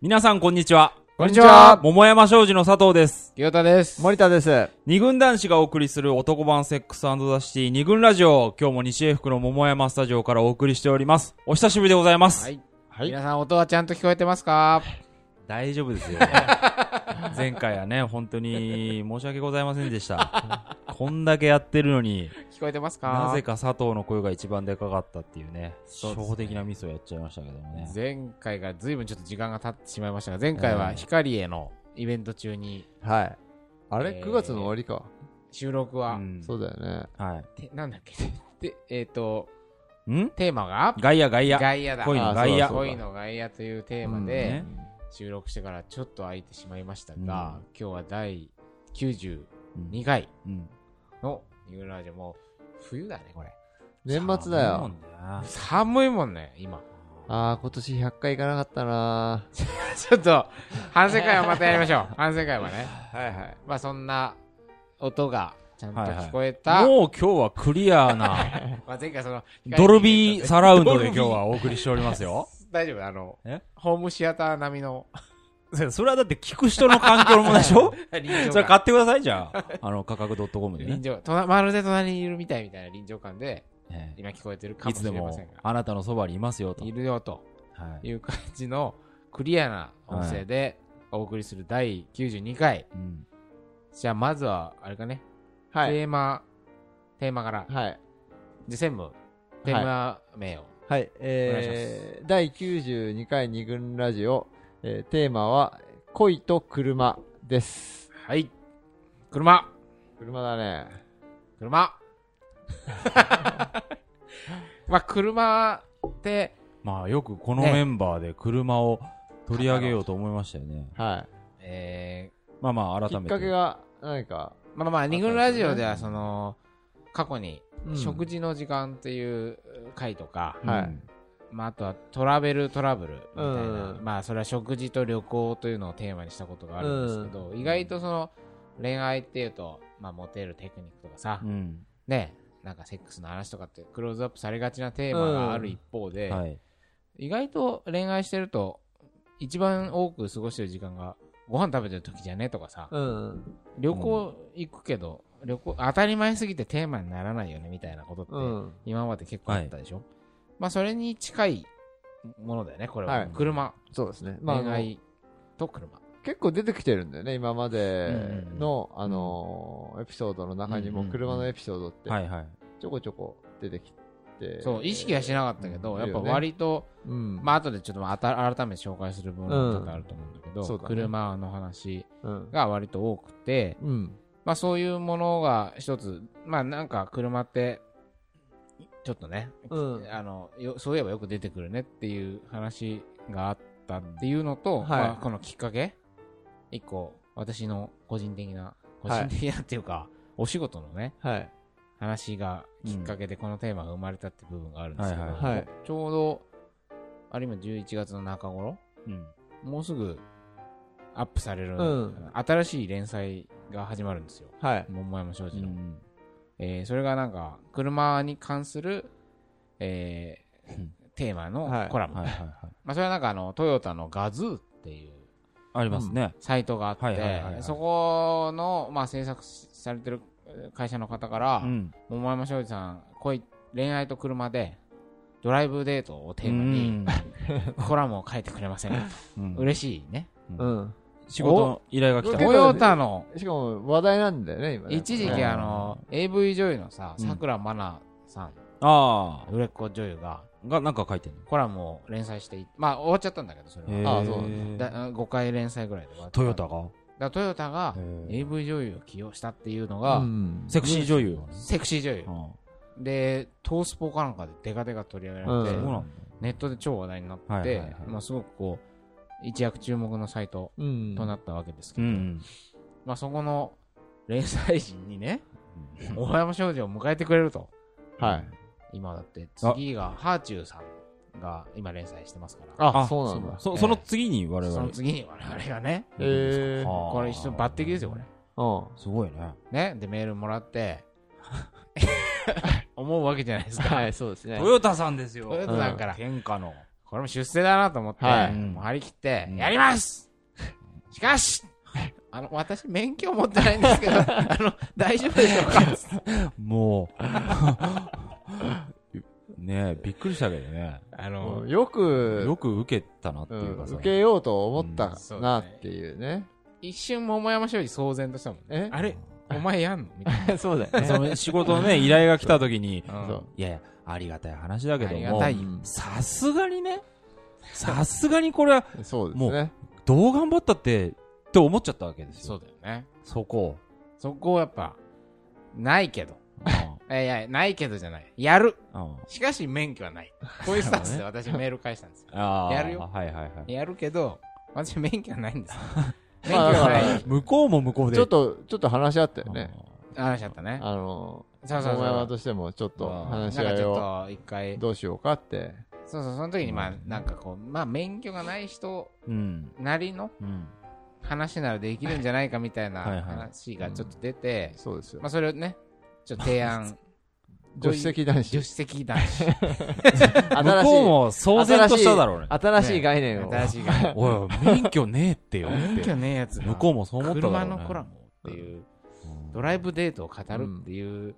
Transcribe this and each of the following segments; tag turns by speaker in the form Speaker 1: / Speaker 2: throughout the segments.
Speaker 1: 皆さんこんにちは。
Speaker 2: こんにちは。
Speaker 1: 桃山商事の佐藤です。
Speaker 2: 清田です。
Speaker 3: 森田です。
Speaker 1: 二軍男子がお送りする男版セックスザシティ二軍ラジオ。今日も西英福の桃山スタジオからお送りしております。お久しぶりでございます。
Speaker 2: はい。
Speaker 3: はい
Speaker 2: 皆さん音はちゃんと聞こえてますか
Speaker 1: 大丈夫ですよ。前回はね、本当に申し訳ございませんでした。こんだけやってるのに、
Speaker 2: 聞こえてますか
Speaker 1: なぜか佐藤の声が一番でかかったっていうね、
Speaker 2: そう
Speaker 1: 初
Speaker 2: ですね
Speaker 1: 歩的なミスをやっちゃいましたけどもね。
Speaker 2: 前回が随分ちょっと時間が経ってしまいましたが、前回は光へのイベント中に
Speaker 3: はい。あれ、
Speaker 2: えー
Speaker 3: ?9 月の終わりか。
Speaker 2: 収録は、
Speaker 1: うん
Speaker 3: そうだよね。
Speaker 1: は
Speaker 2: てなんだっけ で、えっ、と、
Speaker 1: い。ん
Speaker 2: テーマが
Speaker 1: ガイアガイア。
Speaker 2: 外野だ。
Speaker 1: 恋の
Speaker 3: 外野
Speaker 2: あそうだそうだ恋の外野というテーマ
Speaker 1: うん
Speaker 2: で
Speaker 1: ね
Speaker 2: 収録してからちょっと空いてしまいましたが、
Speaker 1: うん
Speaker 2: 今日は第92回
Speaker 1: うん
Speaker 2: のニューラージオもう冬だね、これ。
Speaker 3: 年末だよ。。
Speaker 2: 寒いもんね、今。
Speaker 3: あー、今年100回いかなかったな
Speaker 2: ちょっと、反省会はまたやりま しょう。反省会はね。
Speaker 3: はいはい。
Speaker 2: まあそんな音がちゃんと
Speaker 1: はいはい
Speaker 2: 聞こえた。
Speaker 1: もう今日はクリアな、
Speaker 2: まあ前回その、
Speaker 1: ドルビーサラウンドで今日
Speaker 2: ドルビー
Speaker 1: はお送りしておりますよ。
Speaker 2: 大丈夫あの
Speaker 1: え、
Speaker 2: ホームシアター並み の、
Speaker 1: それはだって聞く人の環境のものでし ょ
Speaker 2: 臨
Speaker 1: そ
Speaker 2: 場
Speaker 1: れ
Speaker 2: 感。
Speaker 1: 買ってください、じゃ あ。あの、価格 .com で
Speaker 2: 臨
Speaker 1: ね。
Speaker 2: 場、隣まるで隣にいるみたいみたいな臨場感で、
Speaker 1: ええ
Speaker 2: 今聞こえてるか
Speaker 1: い
Speaker 2: も
Speaker 1: つ
Speaker 2: し
Speaker 1: で
Speaker 2: れま
Speaker 1: も
Speaker 2: せんが、
Speaker 1: あなたのそばにいますよと
Speaker 2: い。るよと
Speaker 1: はい
Speaker 2: いう感じのクリアな音声でお送りする第92回。
Speaker 1: うん
Speaker 2: じゃあまずは、あれかね、
Speaker 3: はい。
Speaker 2: テーマ、テーマから、
Speaker 3: はい。
Speaker 2: で専務、テーマ名を。
Speaker 3: はい。えー、第92回二軍ラジオ、えーテーマは、恋と車です。
Speaker 2: はい。車
Speaker 3: 車だね。
Speaker 2: 車まあ、車って、
Speaker 1: まあ、よくこの
Speaker 2: ね
Speaker 1: メンバーで車を取り上げようと思いましたよね。
Speaker 3: は
Speaker 2: え
Speaker 1: まあまあ、
Speaker 3: い。き
Speaker 1: 改
Speaker 3: っ
Speaker 1: めて。
Speaker 3: かけが、何か、
Speaker 2: ー、まあまあ、二軍ラジオでは、その、過去に、
Speaker 3: うん
Speaker 2: 食事の時間っていう回とか、
Speaker 1: うん、
Speaker 3: はい
Speaker 2: まあ、あとはトラベルトラブルみたいな、
Speaker 3: うん
Speaker 2: まあ、それは食事と旅行というのをテーマにしたことがあるんですけど、意外とその、恋愛っていうと、まあ、モテるテクニックとかさ、
Speaker 1: うん。
Speaker 2: ね、なんかセックスの話とかってクローズアップされがちなテーマがある一方で、
Speaker 1: はい。
Speaker 2: 意外と恋愛してると一番多く過ごしてる時間がご飯食べてる時じゃねとかさ
Speaker 3: うん。
Speaker 2: 旅行行くけど、旅行当たり前すぎてテーマにならないよねみたいなことって、
Speaker 3: うん。
Speaker 2: 今まで結構あったでしょ、まあそれに近いものだよねこれは、
Speaker 3: はい
Speaker 2: 車
Speaker 3: そうですね。まあ、あ
Speaker 2: 恋
Speaker 3: の
Speaker 2: 愛と車、
Speaker 3: 結構出てきてるんだよね、今までの、
Speaker 2: ん
Speaker 3: あのーエピソードの中に
Speaker 2: う
Speaker 3: も、
Speaker 2: んうんうん
Speaker 3: 車のエピソードって、
Speaker 1: はいはい。
Speaker 3: ちょこちょこ出てきて。
Speaker 2: そう意識はしなかったけど、
Speaker 3: うん
Speaker 2: やっぱ割と、
Speaker 3: うん。
Speaker 2: まあ後でちょっとまた改めて紹介する部分もちょっとあると思うんだけど、
Speaker 3: うんそうだね
Speaker 2: 車の話
Speaker 3: うん。
Speaker 2: が割と多くて、
Speaker 3: うん。
Speaker 2: まあそういうものが一つ、まあなんか車って、ちょっとね、
Speaker 3: うん
Speaker 2: あのよそういえばよく出てくるねっていう話があったっていうのと、
Speaker 3: はい
Speaker 2: まあこのきっかけ、一個、私の個人的な、個人的なっていうか、お仕事のね、
Speaker 3: はい。
Speaker 2: 話がきっかけでこのテーマが生まれたって部分があるんですけど、
Speaker 1: はいはい
Speaker 3: はい
Speaker 2: ちょうど、あれ今11月の中頃、
Speaker 1: うん。
Speaker 2: もうすぐアップされる、
Speaker 3: うん
Speaker 2: 新しい連載が始まるんですよ。
Speaker 3: はい。
Speaker 2: 桃山商事
Speaker 1: う
Speaker 2: の。
Speaker 1: ん
Speaker 2: えーそれがなんか、車に関する、えー
Speaker 1: うん
Speaker 2: テーマ
Speaker 3: は
Speaker 2: の
Speaker 3: い
Speaker 2: コラム。
Speaker 1: はいはいはい。
Speaker 2: まあ、それはなんかあの、トヨタのガズーっていう
Speaker 1: ありますね。
Speaker 2: サイトがあって、
Speaker 1: はいはいはいはい
Speaker 2: そこの、まあ、制作されてるえー会社の方から、
Speaker 1: うん。
Speaker 2: 桃山商事さん、恋、恋愛と車で、ドライブデートをテーマに、コラムを書いてくれません か
Speaker 1: うん
Speaker 2: と嬉しいね。
Speaker 3: うん。
Speaker 1: 仕事の依頼が来
Speaker 3: うん
Speaker 1: た
Speaker 2: ト
Speaker 3: お
Speaker 1: の。
Speaker 2: ヨタの、
Speaker 3: しかも、話題なんだよね、今ね。
Speaker 2: 一時
Speaker 1: う
Speaker 2: 期
Speaker 1: ん
Speaker 2: あの、AV 女優のさ、
Speaker 1: うん
Speaker 2: さくらまなさん、
Speaker 1: あ
Speaker 2: 売れっ子女優
Speaker 1: あ。
Speaker 2: が、
Speaker 1: が、なんか書いてる
Speaker 2: コラムを連載していまあ終わっちゃったんだけどそれは、
Speaker 3: ああそう
Speaker 2: だ5回連載ぐらいで終わった
Speaker 1: トヨタが
Speaker 2: だトヨタが
Speaker 1: へー
Speaker 2: AV 女優を起用したっていうの
Speaker 3: う
Speaker 2: が、
Speaker 3: ん。
Speaker 1: セクシー女優。
Speaker 2: セクシー女優
Speaker 1: ああ
Speaker 2: でトースポかなんかでデカデカ取り上げられて、
Speaker 1: そう
Speaker 3: うん
Speaker 1: なんだ。
Speaker 2: ネットで超話題になって、
Speaker 1: はいはいはい
Speaker 2: まあ、すごくこう一躍注目のサイト
Speaker 3: うん。
Speaker 2: となったわけですけ
Speaker 1: う
Speaker 2: ど、
Speaker 1: ん。
Speaker 2: まあ、そこの連載陣にね大山少女を迎えてくれると
Speaker 3: はい。
Speaker 2: 今だって次がハーチューさんが今連載してますから
Speaker 3: あ、そうなんだ。
Speaker 1: そ、その次に我
Speaker 2: そ
Speaker 1: 々
Speaker 2: の。次に我々がね
Speaker 3: えー。
Speaker 1: こ
Speaker 2: これ一緒に抜擢ですよこれ
Speaker 3: うん。
Speaker 1: すごいね。
Speaker 2: ね、で、メールもらって、思うわけじゃないですか。
Speaker 3: い、そうですね
Speaker 1: トヨタさんですよ。
Speaker 2: トヨタさんから
Speaker 1: 天下の。
Speaker 2: これも出世だなと思って、
Speaker 3: はい
Speaker 2: もう張り切って、
Speaker 1: うん
Speaker 2: やりますしかしあの、私、免許持ってないんですけど、あの、大丈夫でしょうか
Speaker 1: もう。 ねえ、びっくりしたけどね。
Speaker 2: あ
Speaker 3: も
Speaker 2: の
Speaker 3: う、よく、
Speaker 1: よく受けたなって
Speaker 3: う
Speaker 1: いうか
Speaker 3: ん、
Speaker 1: さ。
Speaker 3: 受けようと思った
Speaker 2: うんそう
Speaker 3: な
Speaker 2: だ
Speaker 3: っ
Speaker 2: ね
Speaker 3: ていうね。
Speaker 2: 一瞬桃山商事騒然としたもんね。
Speaker 3: え
Speaker 2: あれお前やんのみたい
Speaker 3: そうだよ
Speaker 1: その仕事のね、依頼が来た時に、
Speaker 2: な。うん
Speaker 3: そう
Speaker 1: いやいや、ありがたい話だけど
Speaker 2: ありが
Speaker 1: も
Speaker 2: た、い
Speaker 3: うん
Speaker 1: さすがにね、さすがにこれは、
Speaker 3: そうです
Speaker 1: も
Speaker 3: ね。
Speaker 1: どう頑張ったって、って思っちゃったわけです
Speaker 2: そう
Speaker 1: よ。
Speaker 2: だよね。
Speaker 1: そこを。
Speaker 2: そこをやっぱ、ないけど。
Speaker 1: う
Speaker 2: いやいや、ないけどじゃない。やる。
Speaker 1: んうん
Speaker 2: しかし免許はない。こういうスタンスで私メール返したんですよ。
Speaker 1: あー
Speaker 2: やるよ
Speaker 1: はいはいはい。
Speaker 2: やるけど、私免許はないんです。免許
Speaker 3: まあ
Speaker 2: はな
Speaker 3: だから
Speaker 2: い。
Speaker 1: 向こうも向こうで。
Speaker 3: ちょっと、ちょっと話し合ったよ
Speaker 1: うん、
Speaker 3: ね。
Speaker 2: 話しちゃったね。
Speaker 3: あの、
Speaker 2: そうそう
Speaker 3: 桃山
Speaker 2: そう。
Speaker 3: としてもちょっと
Speaker 2: なん
Speaker 3: 話し
Speaker 2: か
Speaker 3: 合
Speaker 2: ち
Speaker 3: いを
Speaker 2: ょっと一回、
Speaker 3: どうしようかって。
Speaker 2: そうそう、その時にまあ、なんかこう、まあ免許がない人
Speaker 1: うん。
Speaker 2: なりの
Speaker 1: うん。
Speaker 2: 話ならできるんじゃないかみたいな
Speaker 1: はいはい
Speaker 2: 話がちょっと出て、
Speaker 3: そうですよ
Speaker 2: ま。あそれをね、ちょっと提案。
Speaker 3: 女子席男子
Speaker 2: 助。手席男子。
Speaker 1: 向
Speaker 3: 新し
Speaker 1: こう
Speaker 3: い、
Speaker 1: も騒然としただろうね。
Speaker 3: 新しい概念を。
Speaker 2: 新しいが。
Speaker 1: おい、免許ねえってよっ
Speaker 2: 免
Speaker 1: て。
Speaker 2: 許ねえやつが。
Speaker 1: 向こうもそう思っただろう
Speaker 2: 車
Speaker 1: ね。
Speaker 2: のコラボっていう、ドライブデートを語るっていう、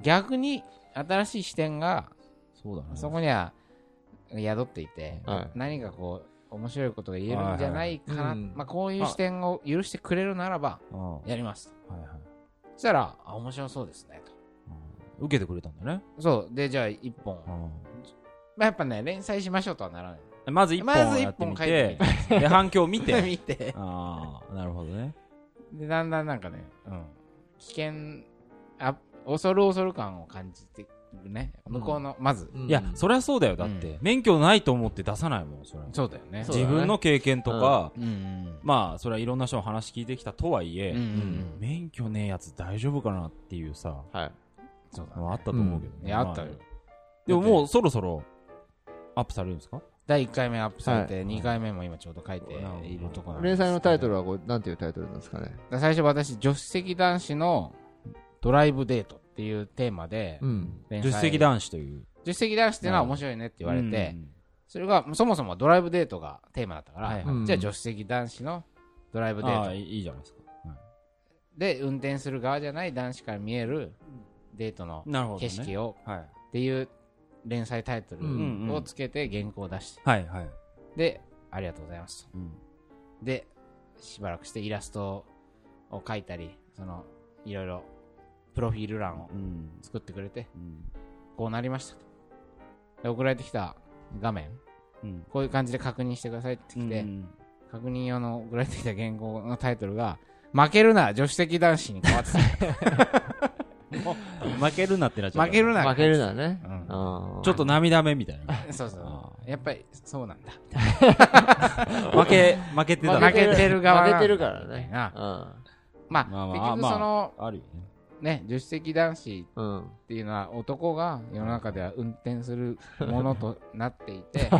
Speaker 2: 逆に新しい視点が、
Speaker 1: そうだね。
Speaker 2: そこには宿っていて、
Speaker 3: はい
Speaker 2: 何かこう、面白いことが言えるんじゃないかな。
Speaker 3: はいはいうん
Speaker 2: まあ、こういう視点を許してくれるならば、
Speaker 1: うんは
Speaker 2: やります。
Speaker 1: いはい
Speaker 2: そしたら、あ、面白そうですね、と。
Speaker 1: うん受けてくれたんだね。
Speaker 2: そう。で、じゃあ、一本。
Speaker 1: う
Speaker 2: ま
Speaker 1: ん
Speaker 2: あ、やっぱね、連載しましょうとはならない。
Speaker 1: まず一
Speaker 2: まず
Speaker 1: 本
Speaker 2: 一
Speaker 1: やってみ
Speaker 2: 本書いて
Speaker 1: て、で、反響を 見て。
Speaker 2: 見て。
Speaker 1: ああ、なるほどね。
Speaker 2: で、だんだんなんかね、うん、危険、あ、恐る恐る感を感じてるね。向こうの、まず、
Speaker 1: いや、そりゃそうだよ。だっ
Speaker 2: う
Speaker 1: て
Speaker 2: ん、
Speaker 1: 免許ないと思って出さないもん、それは。
Speaker 2: そうだよね。
Speaker 3: そうだ
Speaker 1: 自分の経験とか、
Speaker 2: うんうん。
Speaker 1: まあ、それはいろんな人の話聞いてきたとはいえ
Speaker 2: うんうんうん、
Speaker 1: 免許ねえやつ大丈夫かなっていうさ、
Speaker 3: はい。
Speaker 2: そうだね。
Speaker 1: あったと思うけど
Speaker 2: うんい
Speaker 1: ね。
Speaker 2: や、あったよ
Speaker 1: ま。でももうそろそろ、アップされるんですか
Speaker 2: 第1回目アップされ
Speaker 1: い
Speaker 2: て、2回目も今ちょうど書いて
Speaker 1: なるほど
Speaker 2: いるところなんで
Speaker 3: 連
Speaker 2: すけど
Speaker 3: 載のタイトルはこう、なんていうタイトルなんですかね。
Speaker 2: だ最初私、助手席男子のドライブデートっていうテーマで
Speaker 3: う、ん。
Speaker 2: 連
Speaker 1: 助
Speaker 2: 載
Speaker 1: 手席男子という。
Speaker 2: 助手席男子っていうのは面白いねって言われて、
Speaker 1: うん
Speaker 2: それが、そもそもドライブデートがテーマだったか
Speaker 1: はい
Speaker 2: ら、
Speaker 1: はい
Speaker 3: うん
Speaker 2: じゃあ助手席男子のドライブデー
Speaker 1: あ
Speaker 2: ト
Speaker 1: あいいじゃないですか。
Speaker 2: で運転する側じゃない男子から見えるデートの
Speaker 1: なるほど、ね。
Speaker 2: 景色を
Speaker 1: はい。
Speaker 2: っていう連載タイト
Speaker 3: うん
Speaker 1: うん
Speaker 2: ルをつけて原稿を出して
Speaker 1: はいはい。
Speaker 2: でありがとうございますと
Speaker 1: うん
Speaker 2: でしばらくしてイラストを描いたりそのいろいろプロフィール欄を
Speaker 1: うん
Speaker 2: 作ってくれて
Speaker 1: うん
Speaker 2: こうなりましたとで送られてきた画面
Speaker 1: うん
Speaker 2: こういう感じで確認してくださいってきて、
Speaker 1: うん
Speaker 2: 確認用の送られてきた原稿のタイトルが負けるな女子的男子に変わって
Speaker 1: 負けるなってなっちゃ
Speaker 2: た
Speaker 1: う。
Speaker 2: 負けるな
Speaker 3: 負けるなね。
Speaker 2: うん
Speaker 3: あー
Speaker 1: ちょっと涙目みたいな。
Speaker 2: そうそう
Speaker 1: あ。
Speaker 2: やっぱりそうなんだ。
Speaker 1: 負け、負けてた
Speaker 2: 負けてる側
Speaker 3: 負
Speaker 2: な
Speaker 3: けてるから
Speaker 2: みたい
Speaker 3: ね。
Speaker 2: なまあ、
Speaker 1: まあまあ
Speaker 2: 結局その、
Speaker 1: あるよね。
Speaker 2: ね、助手席男子
Speaker 3: うん。うん。
Speaker 2: っていうのは男が世の中では運転するものとなって いて、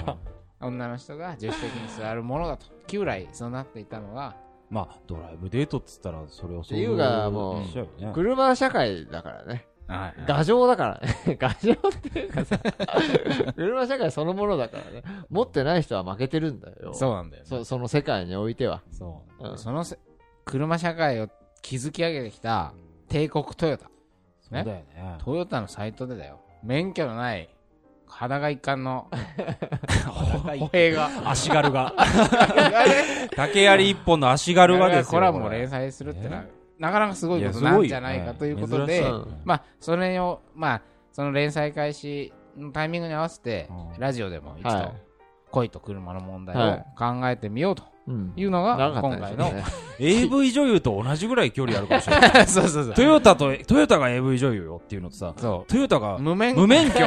Speaker 2: 女の人が助手席に座るものだと。旧来そうなっていたのが、
Speaker 1: まあ、ドライブデートっつったら、それをそう
Speaker 3: っていうかもう
Speaker 1: しちゃうよね。
Speaker 3: 車社会だからね。
Speaker 2: はい
Speaker 3: 牙城だからね。 牙城っていうかさ、車社会そのものだからね。持ってない人は負けてるんだよ。
Speaker 2: そうなんだよ、ね。
Speaker 3: そその世界においては。
Speaker 2: そう。
Speaker 3: うん
Speaker 2: そのせ車社会を築き上げてきた帝国トヨタ。
Speaker 1: そうだよね。
Speaker 2: トヨタのサイトでだよ。免許のない、裸一貫の、 歩 兵が。
Speaker 1: 足軽が。竹槍一本の足軽がですよ。
Speaker 2: コラボを連載するってのは、なかなかすごいことなんじゃないかということ
Speaker 1: い
Speaker 2: で、
Speaker 1: やすご
Speaker 3: う
Speaker 1: いよ
Speaker 3: ん
Speaker 1: ね
Speaker 2: まあ、それを、まあ、その連載開始のタイミングに合わせて、
Speaker 1: うん
Speaker 2: ラジオでも一度、
Speaker 3: はい
Speaker 2: 恋と車の問題
Speaker 3: は
Speaker 2: を
Speaker 3: い
Speaker 2: 考えてみようと
Speaker 3: うん
Speaker 2: いうのが、
Speaker 3: 長
Speaker 2: 今
Speaker 3: かったです
Speaker 2: 回
Speaker 3: よ
Speaker 2: の、
Speaker 3: ね。
Speaker 1: AV 女優と同じぐらい距離あるかもしれない。
Speaker 2: そうそうそう
Speaker 1: トヨタと、トヨタが AV 女優よっていうのとさ、
Speaker 2: そ
Speaker 1: トヨタが
Speaker 2: う。無免
Speaker 1: 無免許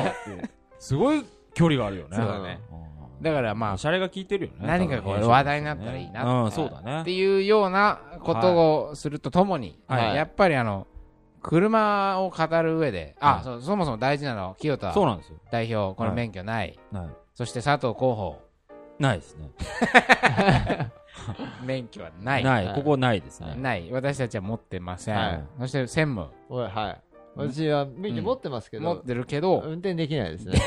Speaker 1: すごい距離があるよね。
Speaker 2: そうだね。
Speaker 1: うん
Speaker 2: だからま
Speaker 1: まあ、
Speaker 2: あ
Speaker 1: シ、ャレが効いてるよね。
Speaker 2: 何かこ
Speaker 1: 多分
Speaker 2: う話題になったらいいな
Speaker 1: うん、そうだ
Speaker 2: っ
Speaker 1: ね
Speaker 2: て。いうようなことをするとともに、
Speaker 3: はい
Speaker 2: やっぱりあの、車を語る上で、
Speaker 1: は
Speaker 2: あ
Speaker 1: い、
Speaker 2: そうそもそも大事なのは、清田
Speaker 1: そうなんですよ。
Speaker 2: 代表、こ
Speaker 1: は
Speaker 2: の
Speaker 1: い
Speaker 2: 免許ない。
Speaker 1: ない。
Speaker 2: そして佐藤候補、
Speaker 1: ないですね。
Speaker 2: 免許はない。
Speaker 1: な。
Speaker 3: はいい
Speaker 1: ここないですね。
Speaker 2: ない私たちは持ってません。
Speaker 3: はい
Speaker 2: そして専務、
Speaker 3: おい、はい。私は免許持ってますけ
Speaker 2: 持っ
Speaker 3: ど、
Speaker 2: てるけど、
Speaker 3: 運転できないですね。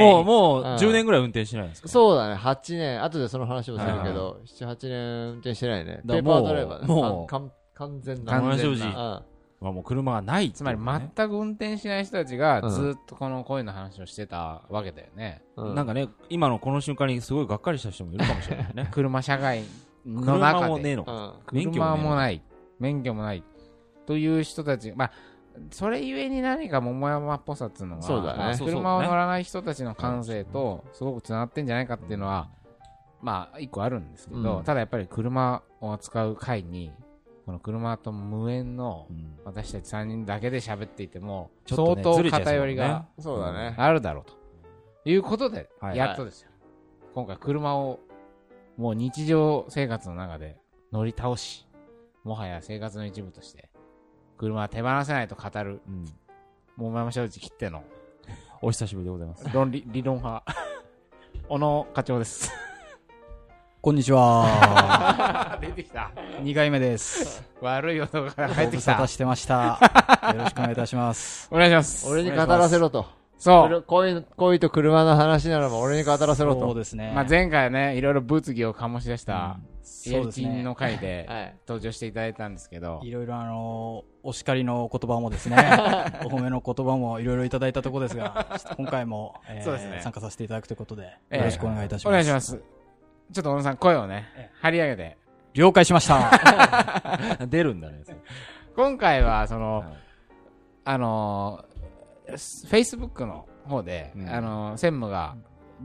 Speaker 1: もう、もう、
Speaker 3: うん
Speaker 1: 10年ぐらい運転してないんですか
Speaker 3: そうだね、8年、後でその話もするけど、7、8年運転してないね。
Speaker 1: だ
Speaker 3: ペーパードライバーね
Speaker 1: もう
Speaker 3: かん完全な。
Speaker 2: 完
Speaker 1: 山
Speaker 2: 全な
Speaker 1: 正直、
Speaker 3: うん
Speaker 1: まあもう車がないっていうね。
Speaker 2: つまり全く運転しない人たちがずっとこの恋の話をしてたわけだよね。。
Speaker 3: うん
Speaker 1: なんかね、今のこの瞬間にすごいがっかりした人もいるかもしれないね
Speaker 2: 車社会の
Speaker 1: 車
Speaker 2: 中
Speaker 1: もねえ
Speaker 2: で。
Speaker 1: の
Speaker 3: う
Speaker 1: か。
Speaker 3: ん
Speaker 1: 免許
Speaker 2: 車も
Speaker 1: い。
Speaker 2: ない。免許もない。という人たち、まあ、それゆえに何か桃山っぽさっていうのは、
Speaker 3: そうだね
Speaker 2: まあ
Speaker 1: そうそう
Speaker 2: 車を乗らない人たちの感性とすごくつながってんじゃないかっていうのは、まあ、一個あるんですけど、
Speaker 3: うん
Speaker 2: ただやっぱり車を扱う会に、この車と無縁の
Speaker 1: うん
Speaker 2: 私たち3人だけで喋っていても、
Speaker 1: ちょっと
Speaker 2: 相
Speaker 1: ね
Speaker 2: 当
Speaker 1: ずれちゃいそうだね
Speaker 2: 偏りが
Speaker 3: そうだね。
Speaker 2: あるだろうということで、
Speaker 1: はい
Speaker 2: やっとですよ。今回車をもう日常生活の中で乗り倒し、もはや生活の一部として、車は手放せないと語る、
Speaker 1: うん
Speaker 2: もう山正直切っての
Speaker 1: お久しぶりでございます。
Speaker 2: 論理、 理論派、小野課長です。
Speaker 4: こんに ちは。
Speaker 2: 出てきた。
Speaker 4: 2回目 です。
Speaker 2: 悪い音が
Speaker 4: ご
Speaker 2: 入って
Speaker 4: 無
Speaker 2: き
Speaker 4: 沙
Speaker 2: た
Speaker 4: 汰。してました。よろしくお願いいたします。
Speaker 2: お願いします。
Speaker 3: 俺に語らせろと。
Speaker 2: そ
Speaker 3: こ
Speaker 2: う。
Speaker 3: れ恋恋と車の話ならば俺に語らせろ
Speaker 4: そう
Speaker 3: と。
Speaker 4: ですね。
Speaker 2: まあ、前回ね、いろいろ物議を醸し出した、エ
Speaker 4: そう
Speaker 2: ル
Speaker 4: です
Speaker 2: チン
Speaker 4: ね
Speaker 2: の。回で
Speaker 3: はい。
Speaker 2: 登場していただいたんですけど、
Speaker 4: いろいろあのーお叱りの言葉も ですね、お褒めの言葉もいろいろいただいたところですが、ちょっと今回も、えー
Speaker 2: そうですね
Speaker 4: 参加させていただくということで、
Speaker 2: ええ
Speaker 4: よろしくお願いいたしま
Speaker 2: お
Speaker 4: す。
Speaker 2: 願いします。ちょっと小野さん、声をね
Speaker 4: え、
Speaker 2: 張り上げて。
Speaker 4: 了解しました。
Speaker 1: 出るんだね。
Speaker 2: 今回は、その
Speaker 1: はい、
Speaker 2: あのー、Facebook の方で、
Speaker 1: うん
Speaker 2: あのー、専務が、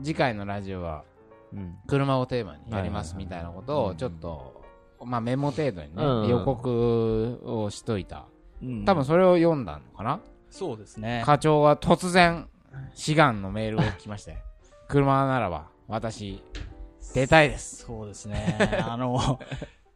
Speaker 2: 次回のラジオは、
Speaker 1: うん。
Speaker 2: 車をテーマにやりま
Speaker 1: は
Speaker 2: す
Speaker 1: いはいはい
Speaker 2: みたいなことを、ちょっと、まあ、メモ程度にね
Speaker 3: うんう、ん
Speaker 2: 予告をしといた。
Speaker 1: うん
Speaker 2: 多分、それを読んだのかな
Speaker 4: そうですね。
Speaker 2: 課長が突然、志願のメールを来まして、車ならば、私、出たいです。
Speaker 4: そうですね。 あの、
Speaker 2: の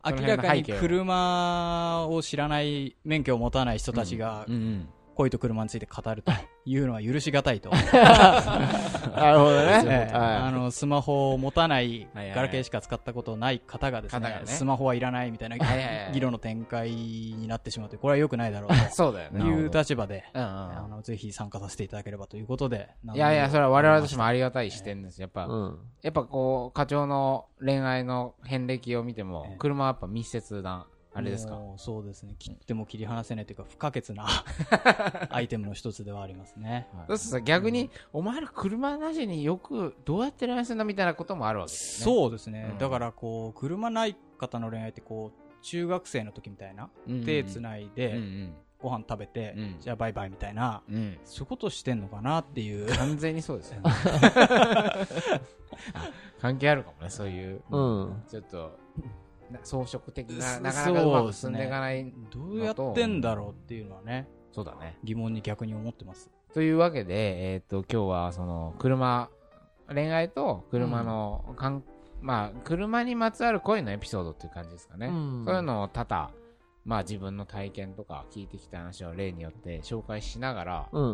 Speaker 4: 明
Speaker 2: 辺の背景を
Speaker 4: らかに車を知らない、免許を持たない人たちが
Speaker 2: うんうん。
Speaker 4: 恋と車について語るというのは許しがたいと。
Speaker 3: なるほどね。
Speaker 4: ええあ
Speaker 3: は
Speaker 4: のスマホを持たない
Speaker 2: はいはいはい
Speaker 4: ガラケーしか使ったことない方がですね
Speaker 2: 方がね
Speaker 4: スマホはいらないみたいな
Speaker 2: はいはいはい
Speaker 4: 議論の展開になってしまうというこれは良くないだろう
Speaker 2: そうだよ
Speaker 4: と
Speaker 2: ね。
Speaker 4: いう立場で、
Speaker 2: うんう
Speaker 4: あ
Speaker 2: ん。
Speaker 4: のぜひ参加させていただければということで
Speaker 2: いやいや、それは我々としてもありがたい視点です。やっ
Speaker 3: い。
Speaker 2: ぱ、
Speaker 3: うん。
Speaker 2: やっぱこう、課長の恋愛の遍歴を見ても
Speaker 4: ええ、
Speaker 2: 車はやっぱ密接な、あれですか。
Speaker 4: もうそうですね切っても切り離せないというか不 可欠なアイテムの一つではありますね
Speaker 2: そうするとさ、逆に、お前ら車なしによく、どうやって恋愛するんだみたいなこともあるわけですね。
Speaker 4: そうですね、
Speaker 2: うん
Speaker 4: だからこう車ない方の恋愛ってこう中学生の時みたいな、
Speaker 2: うん
Speaker 4: 手つない
Speaker 2: う
Speaker 4: で、
Speaker 2: んうん。
Speaker 4: ご飯食べて、
Speaker 2: うん
Speaker 4: じゃあバイバイみたいな
Speaker 2: うん。
Speaker 4: そういうことしてんのかなっていう
Speaker 2: 完全にそうですよ。関係あるかもね、そういう。
Speaker 3: うん。
Speaker 2: ちょっと、な装飾的な、
Speaker 4: そ
Speaker 2: なかなかうまく進んでいかない。
Speaker 4: どうやってんだろうっていうのはね、
Speaker 2: そうだね。
Speaker 4: 疑問に逆に思ってます。
Speaker 2: というわけで、えっ、と、今日は、その、車、恋愛と車の、かん、まあ、車にまつわる恋のエピソードっていう感じですかね。
Speaker 3: うん
Speaker 2: そういうのを多々、まあ自分の体験とか聞いてきた話を例によって紹介しながら、
Speaker 3: うん。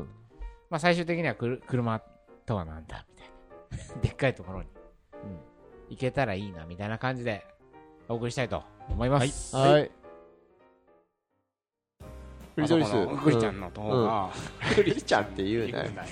Speaker 2: まあ最終的にはくる車とはなんだみたいな。でっ かいところに、行けたらいいな、みたいな感じで、お送りしたいと思います。
Speaker 3: はい。クリトリス。
Speaker 2: あそこのグリちゃんの動画、
Speaker 3: クリちゃんって言う
Speaker 2: 行く
Speaker 3: ね
Speaker 2: ん。だよ